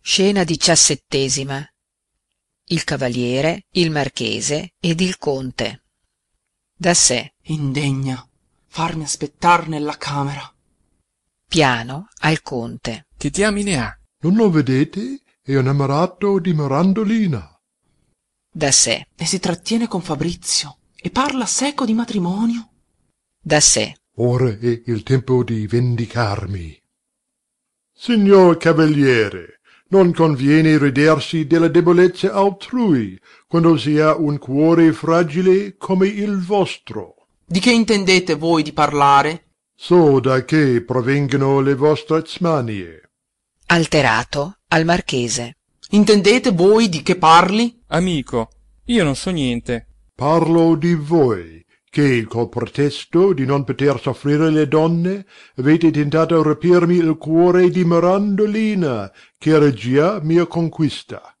scena xvii il cavaliere il marchese ed il conte da sé indegna farmi aspettar nella camera piano al conte che diamine ha non lo vedete è innamorato di mirandolina da sé e si trattiene con fabrizio e parla seco di matrimonio da sé ora è il tempo di vendicarmi signor cavaliere non conviene ridersi della debolezza altrui quando si ha un cuore fragile come il vostro di che intendete voi di parlare so da che provengono le vostre smanie alterato al marchese intendete voi di che parli amico io non so niente parlo di voi che col pretesto di non poter soffrire le donne avete tentato rapirmi il cuore di mirandolina ch'era già mia conquista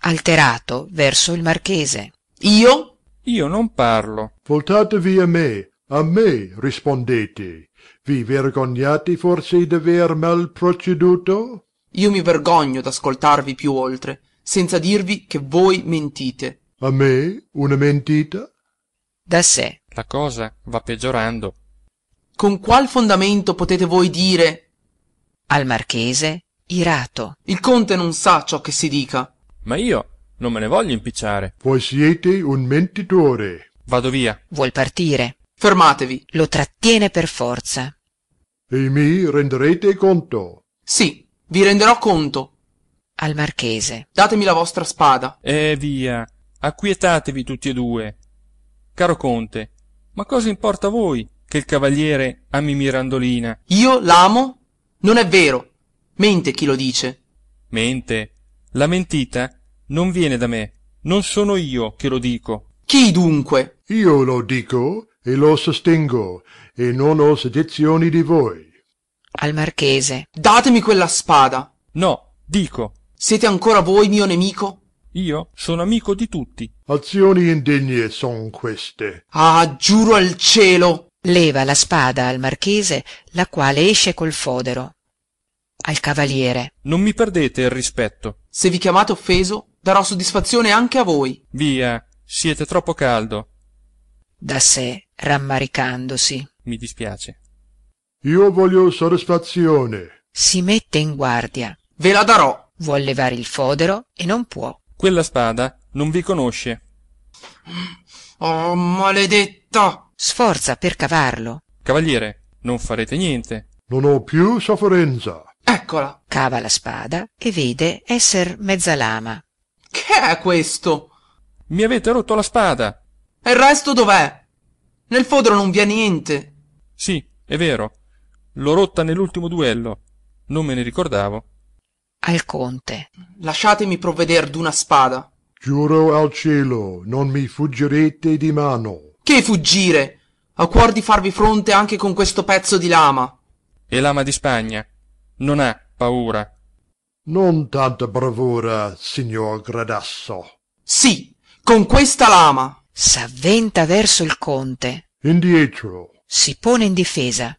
alterato verso il marchese io io non parlo voltatevi a me a me rispondete vi vergognate forse d'aver mal proceduto io mi vergogno d'ascoltarvi più oltre senza dirvi che voi mentite a me una mentita da sé la cosa va peggiorando con qual fondamento potete voi dire al marchese irato il conte non sa ciò che si dica ma io non me ne voglio impicciare voi siete un mentitore vado via vuol partire fermatevi lo trattiene per forza e mi renderete conto sì vi renderò conto al marchese datemi la vostra spada eh via acquietatevi tutti e due caro conte ma cosa importa a voi che il cavaliere ami mirandolina io l'amo non è vero mente chi lo dice mente la mentita non viene da me non sono io che lo dico chi dunque io lo dico e lo sostengo e non ho soggezioni di voi al marchese datemi quella spada no dico siete ancora voi mio nemico io sono amico di tutti azioni indegne son queste ah giuro al cielo leva la spada al marchese la quale esce col fodero al cavaliere non mi perdete il rispetto se vi chiamate offeso darò soddisfazione anche a voi via siete troppo caldo da sé rammaricandosi mi dispiace io voglio soddisfazione si mette in guardia ve la darò vuol levare il fodero e non può quella spada non vi conosce oh maledetta sforza per cavarlo cavaliere non farete niente non ho più sofferenza eccola cava la spada e vede esser mezza lama che è questo mi avete rotto la spada e il resto dov'è nel fodero non vi è niente sì è vero l'ho rotta nell'ultimo duello non me ne ricordavo al conte lasciatemi provveder d'una spada giuro al cielo non mi fuggirete di mano che fuggire ho cuor di farvi fronte anche con questo pezzo di lama e l'ama di spagna non ha paura non tanta bravura signor gradasso sì con questa lama s'avventa verso il conte indietro si pone in difesa